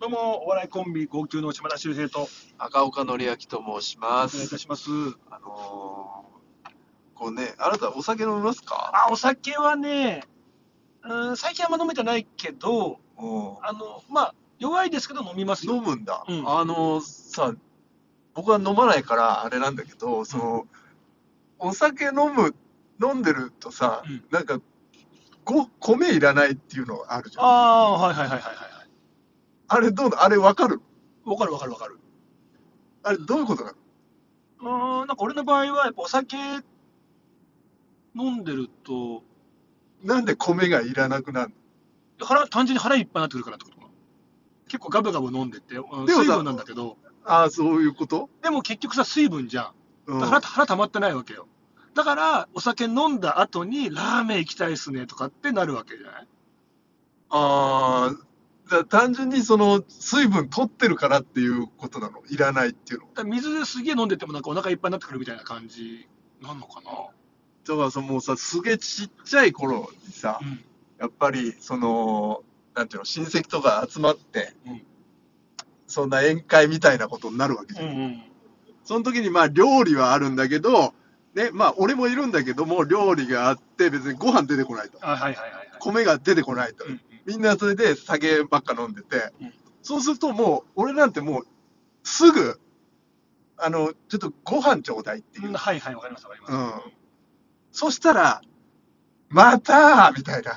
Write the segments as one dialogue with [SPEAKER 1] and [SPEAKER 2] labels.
[SPEAKER 1] どうも、お笑いコンビ、号泣の島田秀平と、
[SPEAKER 2] 赤岡典明と申しま
[SPEAKER 1] お願いいた
[SPEAKER 2] す。
[SPEAKER 1] します。
[SPEAKER 2] あのーこうね、あなたお酒飲みますか
[SPEAKER 1] あ、お酒はね、うん、最近あんま飲めてないけど、
[SPEAKER 2] うん
[SPEAKER 1] あの、まあ、弱いですけど飲みますよ。
[SPEAKER 2] 飲むんだ。
[SPEAKER 1] うん
[SPEAKER 2] あのーさ、僕は飲まないからあれなんだけど、その、お酒飲む、飲んでるとさ、
[SPEAKER 1] うん
[SPEAKER 2] なんか、ご米いらないっていうのあるじゃん。あ
[SPEAKER 1] ああー、はいはいはいはいはい。
[SPEAKER 2] れどうなあれわかる
[SPEAKER 1] わかるわかるわかる。
[SPEAKER 2] あれどういうことな
[SPEAKER 1] う
[SPEAKER 2] の
[SPEAKER 1] ーん、なんか俺の場合は、やっぱお酒飲んでると、
[SPEAKER 2] なんで米がいらなくなる
[SPEAKER 1] 腹、単純に腹いっぱいになってくるからってことかな。結構ガブガブ飲んでって、うん
[SPEAKER 2] でもさ
[SPEAKER 1] 水分なんだけど、
[SPEAKER 2] のああ、そういうこと、
[SPEAKER 1] でも結局さ、水分じゃん。
[SPEAKER 2] うん、
[SPEAKER 1] 腹腹溜まってないわけよ。だから、お酒飲んだ後に、ラーメン行きたいっすねとかってなるわけじゃない
[SPEAKER 2] ああ、だ単純にその水分取ってるからっていうことなの、いらないっていうの。
[SPEAKER 1] だから水ですげえ飲んでても、なんかお腹いっぱいになってくるみたいな感じなんのかな。
[SPEAKER 2] だからさ、もうさ、すげえちっちゃい頃にさ、
[SPEAKER 1] うん。
[SPEAKER 2] やっぱり、その、なんていうの、親戚とか集まって、
[SPEAKER 1] うん
[SPEAKER 2] そんな宴会みたいなことになるわけじゃん。
[SPEAKER 1] うんうん。
[SPEAKER 2] その時にまあ料理はあるんだけど、ね、まあ俺もいるんだけども、料理があって別にご飯出てこないと。
[SPEAKER 1] あ、はいはいはい、はい。
[SPEAKER 2] 米が出てこないと。
[SPEAKER 1] うんうん
[SPEAKER 2] みんなそれで酒ばっか飲んでて、
[SPEAKER 1] うん
[SPEAKER 2] そうするともう、俺なんてもう、すぐ、あの、ちょっとご飯ちょうだいっていう。
[SPEAKER 1] うんはいはい、わかりますわかります。
[SPEAKER 2] うんそしたら、またみたいな、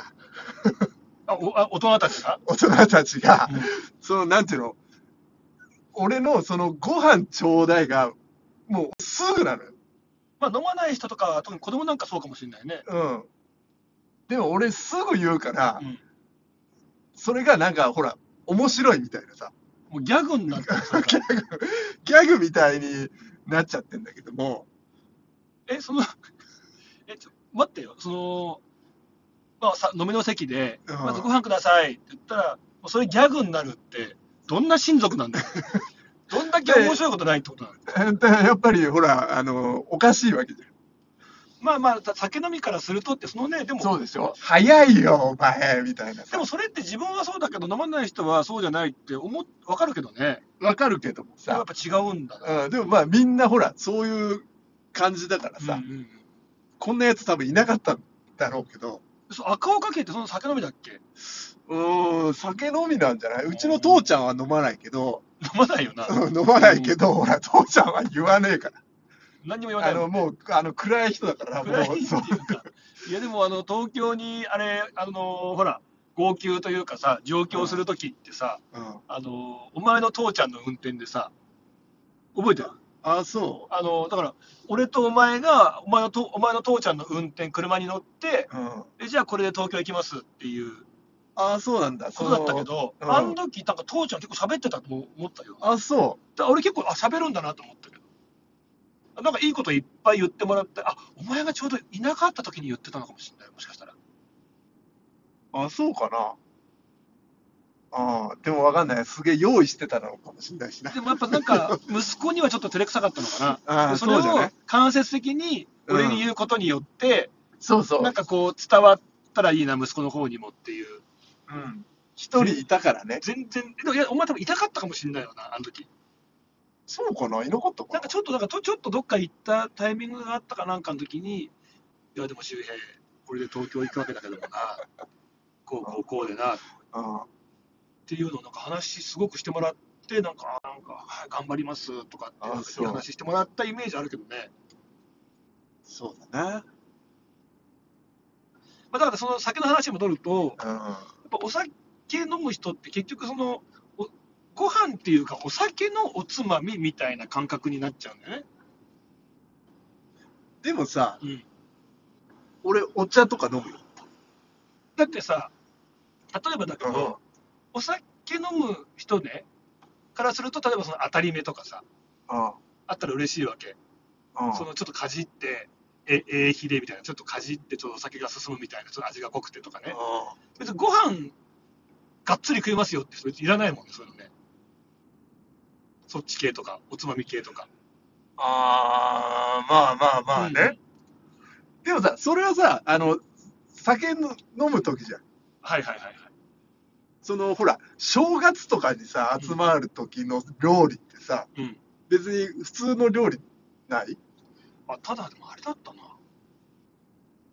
[SPEAKER 1] あおあ、大人たちが
[SPEAKER 2] 大人たちが、
[SPEAKER 1] うん
[SPEAKER 2] その、なんていうの、俺のそのご飯ちょうだいが、もうすぐなのよ。
[SPEAKER 1] まあ、飲まない人とかは、特に子供なんかそうかもしれないね。
[SPEAKER 2] うん。でも俺すぐ言うから、
[SPEAKER 1] うん
[SPEAKER 2] それがなんか、ほら、面白いみたいなさ。
[SPEAKER 1] もうギャグにな ってるそれが
[SPEAKER 2] ギャグみたいになっちゃってんだけども、
[SPEAKER 1] え、その、 え、ちょ、待ってよ。その、まあ、さ飲みの席で、
[SPEAKER 2] うん
[SPEAKER 1] まずご飯くださいって言ったら、もうそれギャグになるって、どんな親族なんだ よ。どんだけ面白いことないってことなの
[SPEAKER 2] でやっぱりほら、あの、おかしいわけじゃん。
[SPEAKER 1] まあまあ、た酒飲みからするとって、そのね、でも、
[SPEAKER 2] うでしょ早いよ、お前みたいな
[SPEAKER 1] で
[SPEAKER 2] さ
[SPEAKER 1] も。それって自分はそうだけど、飲まない人はそうじゃないって思っ、わかるけどね。
[SPEAKER 2] わかるけども
[SPEAKER 1] でもや
[SPEAKER 2] さ
[SPEAKER 1] っ、ぱ違うんだな。
[SPEAKER 2] うん、でもまあみんなほら、そういう感じだからさ、
[SPEAKER 1] うんうんうん
[SPEAKER 2] こんなやつ多分いなかったんだろうけど、
[SPEAKER 1] そう赤岡家ってその酒飲みだっけ
[SPEAKER 2] うーん、酒飲みなんじゃないうちの父ちゃんは飲まないけど、
[SPEAKER 1] 飲まないよな。
[SPEAKER 2] うん飲まないけど、ほら、父ちゃんは言わねえから。
[SPEAKER 1] 何にも言わな
[SPEAKER 2] あ
[SPEAKER 1] いも
[SPEAKER 2] の、
[SPEAKER 1] ん。
[SPEAKER 2] もう、あの、暗い人だから、
[SPEAKER 1] 暗い
[SPEAKER 2] もう、
[SPEAKER 1] って
[SPEAKER 2] そ
[SPEAKER 1] いううか。いや、でも、あの、東京に、あれ、あの、ほら、号泣というかさ、上京するときってさ、
[SPEAKER 2] うん、
[SPEAKER 1] あの、お前の父ちゃんの運転でさ、覚えてる
[SPEAKER 2] あ、そ
[SPEAKER 1] あの、だから、俺とお前が、お前のと、お前の父ちゃんの運転、車に乗って、
[SPEAKER 2] う。うん。
[SPEAKER 1] でじゃあこれで東京行きますっていう
[SPEAKER 2] あ、そうなんだ。
[SPEAKER 1] ことだったけど、
[SPEAKER 2] うん
[SPEAKER 1] あの時、なんか父ちゃん結構喋ってたと思ったよ。だか
[SPEAKER 2] あ、そう。
[SPEAKER 1] ら俺結構、あ、喋るんだなと思ったけど。なんかいいこといっぱい言ってもらって、あ、お前がちょうどいなかった時に言ってたのかもしれない、もしかしたら。
[SPEAKER 2] あ、そうかな。ああ、でもわかんない。すげえ用意してたのかもしれないしな。
[SPEAKER 1] でもやっぱなんか、息子にはちょっと照れくさかったのか
[SPEAKER 2] あ
[SPEAKER 1] な。
[SPEAKER 2] あ、
[SPEAKER 1] でそれ
[SPEAKER 2] そうじゃな
[SPEAKER 1] を
[SPEAKER 2] い
[SPEAKER 1] 間接的に俺に言うことによって、
[SPEAKER 2] そうそ
[SPEAKER 1] なんかこう伝わったらいいな、息子の方にもっていう。
[SPEAKER 2] うん。一人いたからね。
[SPEAKER 1] 全然、でもいや、お前多分痛かったかもしれないよな、あの時。
[SPEAKER 2] そうかないなかったか
[SPEAKER 1] な
[SPEAKER 2] なん
[SPEAKER 1] かちょっと、なんかとちょっとどっか行ったタイミングがあったかなんかの時に、いや、でも周平、これで東京行くわけだけどもな、こう、こう、こうでな、っ
[SPEAKER 2] あ
[SPEAKER 1] ていうのをなんか話すごくしてもらって、なんか、あなんか、はい、頑張りますとかって、
[SPEAKER 2] あ
[SPEAKER 1] なんか
[SPEAKER 2] そう
[SPEAKER 1] 話してもらったイメージあるけどね。
[SPEAKER 2] そうだ
[SPEAKER 1] まあ、だからその酒の話に戻ると、
[SPEAKER 2] な。
[SPEAKER 1] やっぱお酒飲む人って結局その、おご飯っていうかお酒のおつまみみたいな感覚になっちゃうんだよね。
[SPEAKER 2] うん。でもさ、
[SPEAKER 1] うん
[SPEAKER 2] 俺、お茶とか飲むよ。
[SPEAKER 1] だってさ、例えばだけど、お酒飲む人ね、からすると、例えばその当たり目とかさ、
[SPEAKER 2] あ
[SPEAKER 1] あったら嬉しいわけ。
[SPEAKER 2] あ
[SPEAKER 1] そのちょっとかじって、え、ええひでみたいな、ちょっとかじって、ちょっとお酒が進むみたいな、ちょっと味が濃くてとかね。
[SPEAKER 2] あ
[SPEAKER 1] 別にご飯、がっつり食いますよって人、いらないもんね、そういうのね。そっち系とか、おつまみ系とか。
[SPEAKER 2] あ、まあまあまあね。でもさ、それはさ、あの、酒の飲む時じゃん。
[SPEAKER 1] はいはいはいはい。
[SPEAKER 2] そのほら正月とかにさ集まる時の料理ってさ、
[SPEAKER 1] うん
[SPEAKER 2] 別に普通の料理ない
[SPEAKER 1] あただでもあれだったな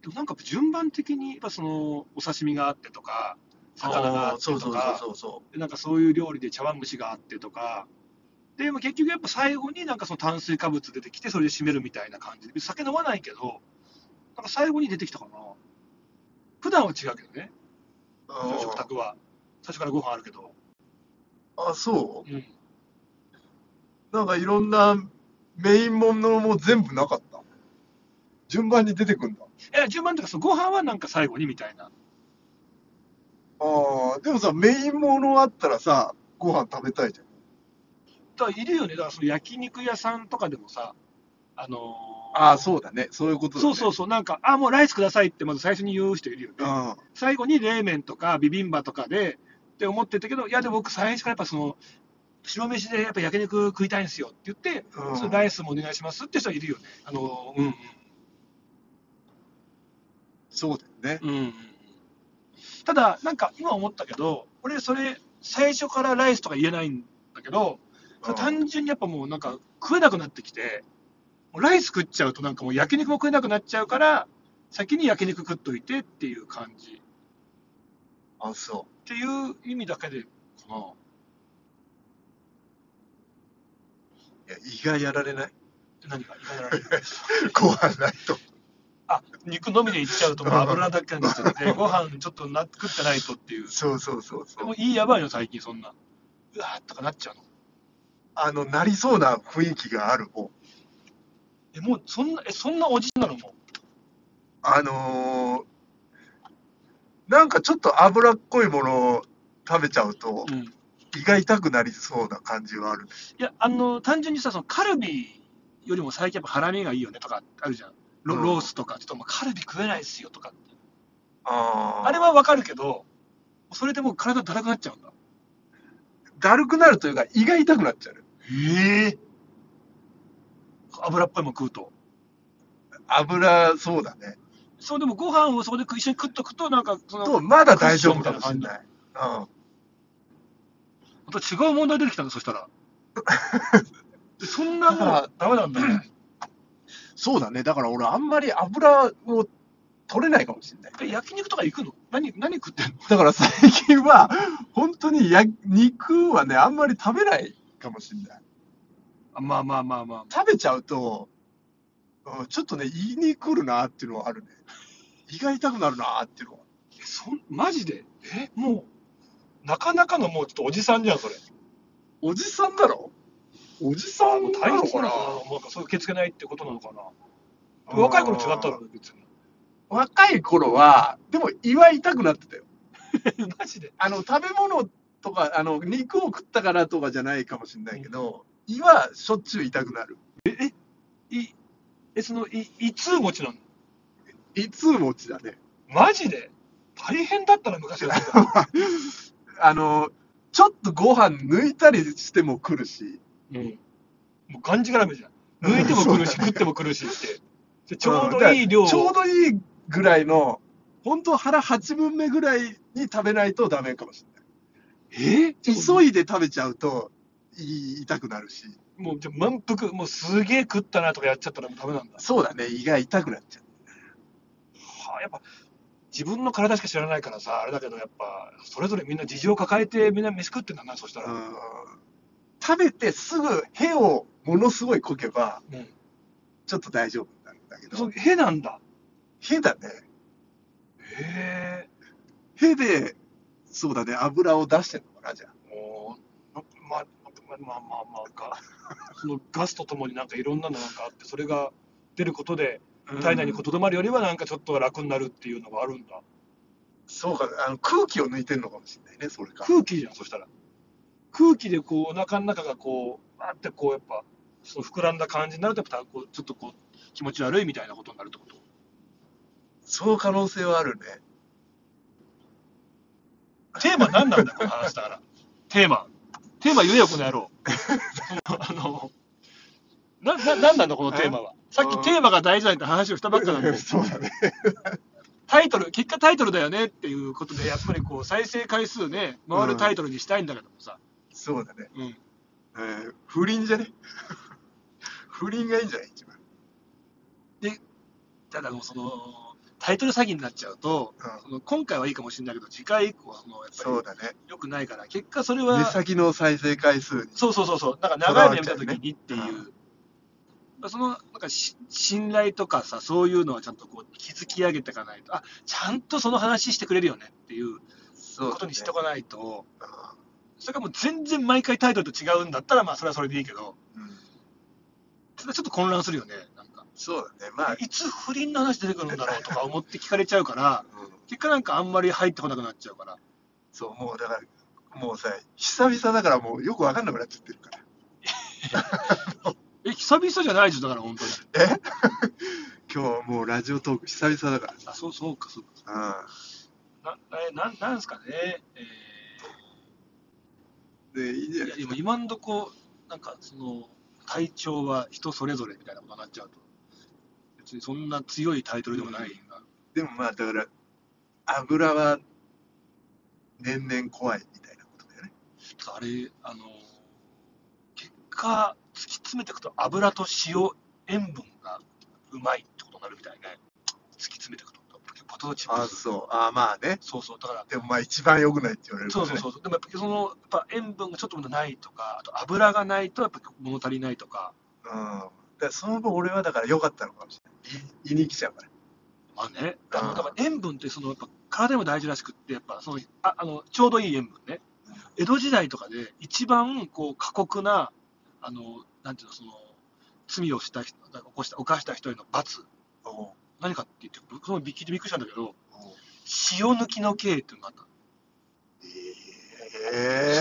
[SPEAKER 1] でもなんか順番的にやっぱそのお刺身があってとか魚があって
[SPEAKER 2] そう
[SPEAKER 1] と
[SPEAKER 2] そう
[SPEAKER 1] か
[SPEAKER 2] そうそ
[SPEAKER 1] でなんかそういう料理で茶碗蒸しがあってとかででも結局やっぱ最後になんかその炭水化物出てきてそれで締めるみたいな感じで酒飲まないけどなんか最後に出てきたかな普段は違うけどね
[SPEAKER 2] う
[SPEAKER 1] その食卓は最初からご飯あるけど、
[SPEAKER 2] あそ
[SPEAKER 1] うん、
[SPEAKER 2] うなんかいろんなメインものも全部なかった順番に出てくんだ
[SPEAKER 1] え順番というかそのご飯はなんか最後にみたいな
[SPEAKER 2] ああでもさメインものあったらさご飯食べたいじゃん
[SPEAKER 1] だからいるよねだからその焼肉屋さんとかでもさあのー
[SPEAKER 2] ああそうだねそういうことだ
[SPEAKER 1] そ
[SPEAKER 2] ね
[SPEAKER 1] うそうそう、なんか、あ、もうライスくださいって、まず最初に言う人いるよね。
[SPEAKER 2] ん
[SPEAKER 1] 最後に冷麺とかビビンバとかで、って思ってたけど、いや、でも僕、最初からやっぱその、白飯でやっぱ焼肉食いたいんですよって言って、
[SPEAKER 2] うん
[SPEAKER 1] そのライスもお願いしますって人はいるよね。あの、うん、
[SPEAKER 2] そうだよね
[SPEAKER 1] うん、うん。ただ、なんか今思ったけど、俺、それ、最初からライスとか言えないんだけど、それ単純にやっぱもうなんか食えなくなってきて、もうライス食っちゃうとなんかもう焼肉も食えなくなっちゃうから、先に焼肉食っといてっていう感じ。
[SPEAKER 2] あそ
[SPEAKER 1] っていう意味だけでかな。
[SPEAKER 2] ういや胃がやられない
[SPEAKER 1] で何が意外なられる
[SPEAKER 2] ご飯ないと
[SPEAKER 1] あ、 肉のみでいっちゃうともう 油だけになっちゃって、ご飯ちょっとな食ってないとっていう。
[SPEAKER 2] そうそうそう
[SPEAKER 1] で
[SPEAKER 2] そう
[SPEAKER 1] もいいやばいよ、最近そんな。うわーっとかなっちゃうの。
[SPEAKER 2] あのなりそうな雰囲気があるもん
[SPEAKER 1] え、もうそんな、え、そんなおじなのも
[SPEAKER 2] あのーなんかちょっと脂っこいものを食べちゃうと
[SPEAKER 1] う。うん。い
[SPEAKER 2] 胃が痛くなりそうな感じはあるね
[SPEAKER 1] や、あの、単純にさ、そのカルビよりも最近やっぱハラミがいいよねとかあるじゃん。ロ
[SPEAKER 2] うん
[SPEAKER 1] ロースとか、ちょっともうカルビ食えないっすよとかって。
[SPEAKER 2] あ
[SPEAKER 1] あれはわかるけど、それでもう体だらくなっちゃうんだ。
[SPEAKER 2] だるくなるというか胃が痛くなっちゃう
[SPEAKER 1] ええ油っぽいもん食うと。
[SPEAKER 2] 油そうだね
[SPEAKER 1] そうでもご飯をそこで一緒に食っとくとなんかその
[SPEAKER 2] とまだ大丈夫かもしれない、
[SPEAKER 1] また違う問題出てきたんだそした らそんなもうダメなんだね
[SPEAKER 2] そうだねだから俺あんまり油を取れないかもしれない
[SPEAKER 1] え焼肉とか行くの何何食ってんの
[SPEAKER 2] だから最近は本当にや肉はねあんまり食べないかもしれない
[SPEAKER 1] あまあまあまあまあ
[SPEAKER 2] 食べちゃうと、うんちょっとね胃に来るなっていうのはあるね胃が痛くなるなっていうのは
[SPEAKER 1] えそんマジでえもうなかなかのもうちょっとおじさんじゃんそれ
[SPEAKER 2] おじさんだろおじさんなの
[SPEAKER 1] 体質
[SPEAKER 2] か
[SPEAKER 1] な
[SPEAKER 2] な
[SPEAKER 1] のかなもうなんかそういう受け付けないってことなのかな若い頃違ったの別 に
[SPEAKER 2] 若い頃はでも胃は痛くなってたよ
[SPEAKER 1] マジで
[SPEAKER 2] あの食べ物とかあの肉を食ったからとかじゃないかもしれないけど、胃はしょっちゅう痛くなる
[SPEAKER 1] いえそのいいつ持ちなの
[SPEAKER 2] 胃痛持ちだね
[SPEAKER 1] マジで大変だったな昔は
[SPEAKER 2] あのちょっとご飯抜いたりしても来るし
[SPEAKER 1] うんもうがんじがらめじゃん。抜いても来るし、食っても来るしって。でちょうどいい量を、
[SPEAKER 2] ちょうどいいぐらいの本当腹8分目ぐらいに食べないとダメかもしれない
[SPEAKER 1] え
[SPEAKER 2] 急いで食べちゃうと胃痛くなるし
[SPEAKER 1] もうじゃあ満腹、もうすげえ食ったなとかやっちゃったらもうダメなんだ。
[SPEAKER 2] そうだね胃が痛くなっちゃう
[SPEAKER 1] はあ、やっぱ自分の体しか知らないからさ、あれだけどやっぱ、それぞれみんな事情を抱えてみんな飯食ってんだな、そしたら。
[SPEAKER 2] うん食べてすぐ屁をものすごいこけば、
[SPEAKER 1] うん
[SPEAKER 2] ちょっと大丈夫になるんだけ
[SPEAKER 1] そう、
[SPEAKER 2] ど
[SPEAKER 1] へなんだ。
[SPEAKER 2] 屁だね
[SPEAKER 1] へえ。
[SPEAKER 2] 屁でそうだね油を出してるのかなじゃあ
[SPEAKER 1] もう、なまあ、まあまあまあまあか。そのガスとともになんかいろんなのなんかあって、それが出ることで、体内にこうとどまるよりはなんかちょっと楽になるっていうのがあるんだ。
[SPEAKER 2] そうかあの空気を抜いてるのかもしれないねそれか
[SPEAKER 1] 空気じゃんそしたら空気でこうお腹の中がこうあってこうやっぱその膨らんだ感じになるとやっぱこうちょっとこう気持ち悪いみたいなことになるってこと
[SPEAKER 2] その可能性はあ るね
[SPEAKER 1] テーマ何なんだよこの話だからテーマテーマ言えよこの野郎あのなな何なんだこのテーマはさっきテーマが大事だって話をしたばっかなんで
[SPEAKER 2] そうだね
[SPEAKER 1] タイトル、結果タイトルだよねっていうことで、やっぱりこう、再生回数ね、回るタイトルにしたいんだけどもさ。
[SPEAKER 2] そうだね。
[SPEAKER 1] うん。
[SPEAKER 2] えー、不倫じゃね 不倫がいいんじゃない一番。
[SPEAKER 1] ただもうその、タイトル詐欺になっちゃうと、
[SPEAKER 2] うん
[SPEAKER 1] その今回はいいかもしれないけど、次回以降はその、やっぱ
[SPEAKER 2] そうだね。
[SPEAKER 1] り良くないから、結果それ
[SPEAKER 2] 目
[SPEAKER 1] は、
[SPEAKER 2] 先の再生回数に。
[SPEAKER 1] そうそうそうそう、なんか
[SPEAKER 2] とら
[SPEAKER 1] 長い
[SPEAKER 2] わ
[SPEAKER 1] 目
[SPEAKER 2] れ
[SPEAKER 1] 見
[SPEAKER 2] ちゃ
[SPEAKER 1] た
[SPEAKER 2] う
[SPEAKER 1] と
[SPEAKER 2] ね
[SPEAKER 1] きにっていう、そのなんかし信頼とかさ、そういうのはちゃんとこう築き上げていかないと、あちゃんとその話してくれるよねっていう
[SPEAKER 2] そ
[SPEAKER 1] ことにしておかないと、
[SPEAKER 2] だね
[SPEAKER 1] それがもう全然毎回タイトルと違うんだったら、まあそれはそれでいいけど、
[SPEAKER 2] うんうん
[SPEAKER 1] ただちょっと混乱するよね、なんか、
[SPEAKER 2] そうだね。まあ、
[SPEAKER 1] いつ不倫の話出てくるんだろうとか思って聞かれちゃうから、
[SPEAKER 2] うん
[SPEAKER 1] 結果なんかあんまり入ってこなくなっちゃうから。
[SPEAKER 2] そう、もうだから、もうさ、久々だからもうよくわかんなくなっちゃってるから。
[SPEAKER 1] え、久々じゃないでしょ、だから本当に。
[SPEAKER 2] 今日はもうラジオトーク久々だか
[SPEAKER 1] あ、そう、そうか、そうか。
[SPEAKER 2] ら。
[SPEAKER 1] な、えなん、なんですかね。え
[SPEAKER 2] うん。で、いいんじゃ
[SPEAKER 1] ーい
[SPEAKER 2] な
[SPEAKER 1] や、
[SPEAKER 2] い
[SPEAKER 1] でも今んとこ、なんかその、体調は人それぞれみたいなことになっちゃうと。別にそんな強いタイトルでもないな。
[SPEAKER 2] でもまあ、だから、油は年々怖いみたいなことだよね。
[SPEAKER 1] ちょっとあれ、あの、結果、突き詰めていくと油と塩、塩分がうまいってことになるみたいね。突き詰めていくと。ポテトチップス。
[SPEAKER 2] そう。あまあね。
[SPEAKER 1] そうそう。だから、
[SPEAKER 2] でもまあ、一番良くないって言われるか
[SPEAKER 1] そ
[SPEAKER 2] ら
[SPEAKER 1] う
[SPEAKER 2] ね。
[SPEAKER 1] そうそうそう。でもやっぱりその、やっぱ塩分がちょっともないとか、あと油がないとやっぱ物足りないとか、
[SPEAKER 2] うん。だからその分、俺はだから良かったのかもしれない。胃に来ちゃうから。
[SPEAKER 1] まあね、あ
[SPEAKER 2] う
[SPEAKER 1] の
[SPEAKER 2] ん
[SPEAKER 1] だから塩分ってそのやっぱ体にも大事らしくって、やっぱそのああのちょうどいい塩分ね、江戸時代とかで一番こう過酷な、あのなんていうの、その罪をした人、起こした犯した人への罰、
[SPEAKER 2] おう
[SPEAKER 1] 何かって言って、僕そのびっくりびっくりしたんだけど、
[SPEAKER 2] おう
[SPEAKER 1] 塩抜きの刑っていうのがあったの。
[SPEAKER 2] ええ
[SPEAKER 1] 辛い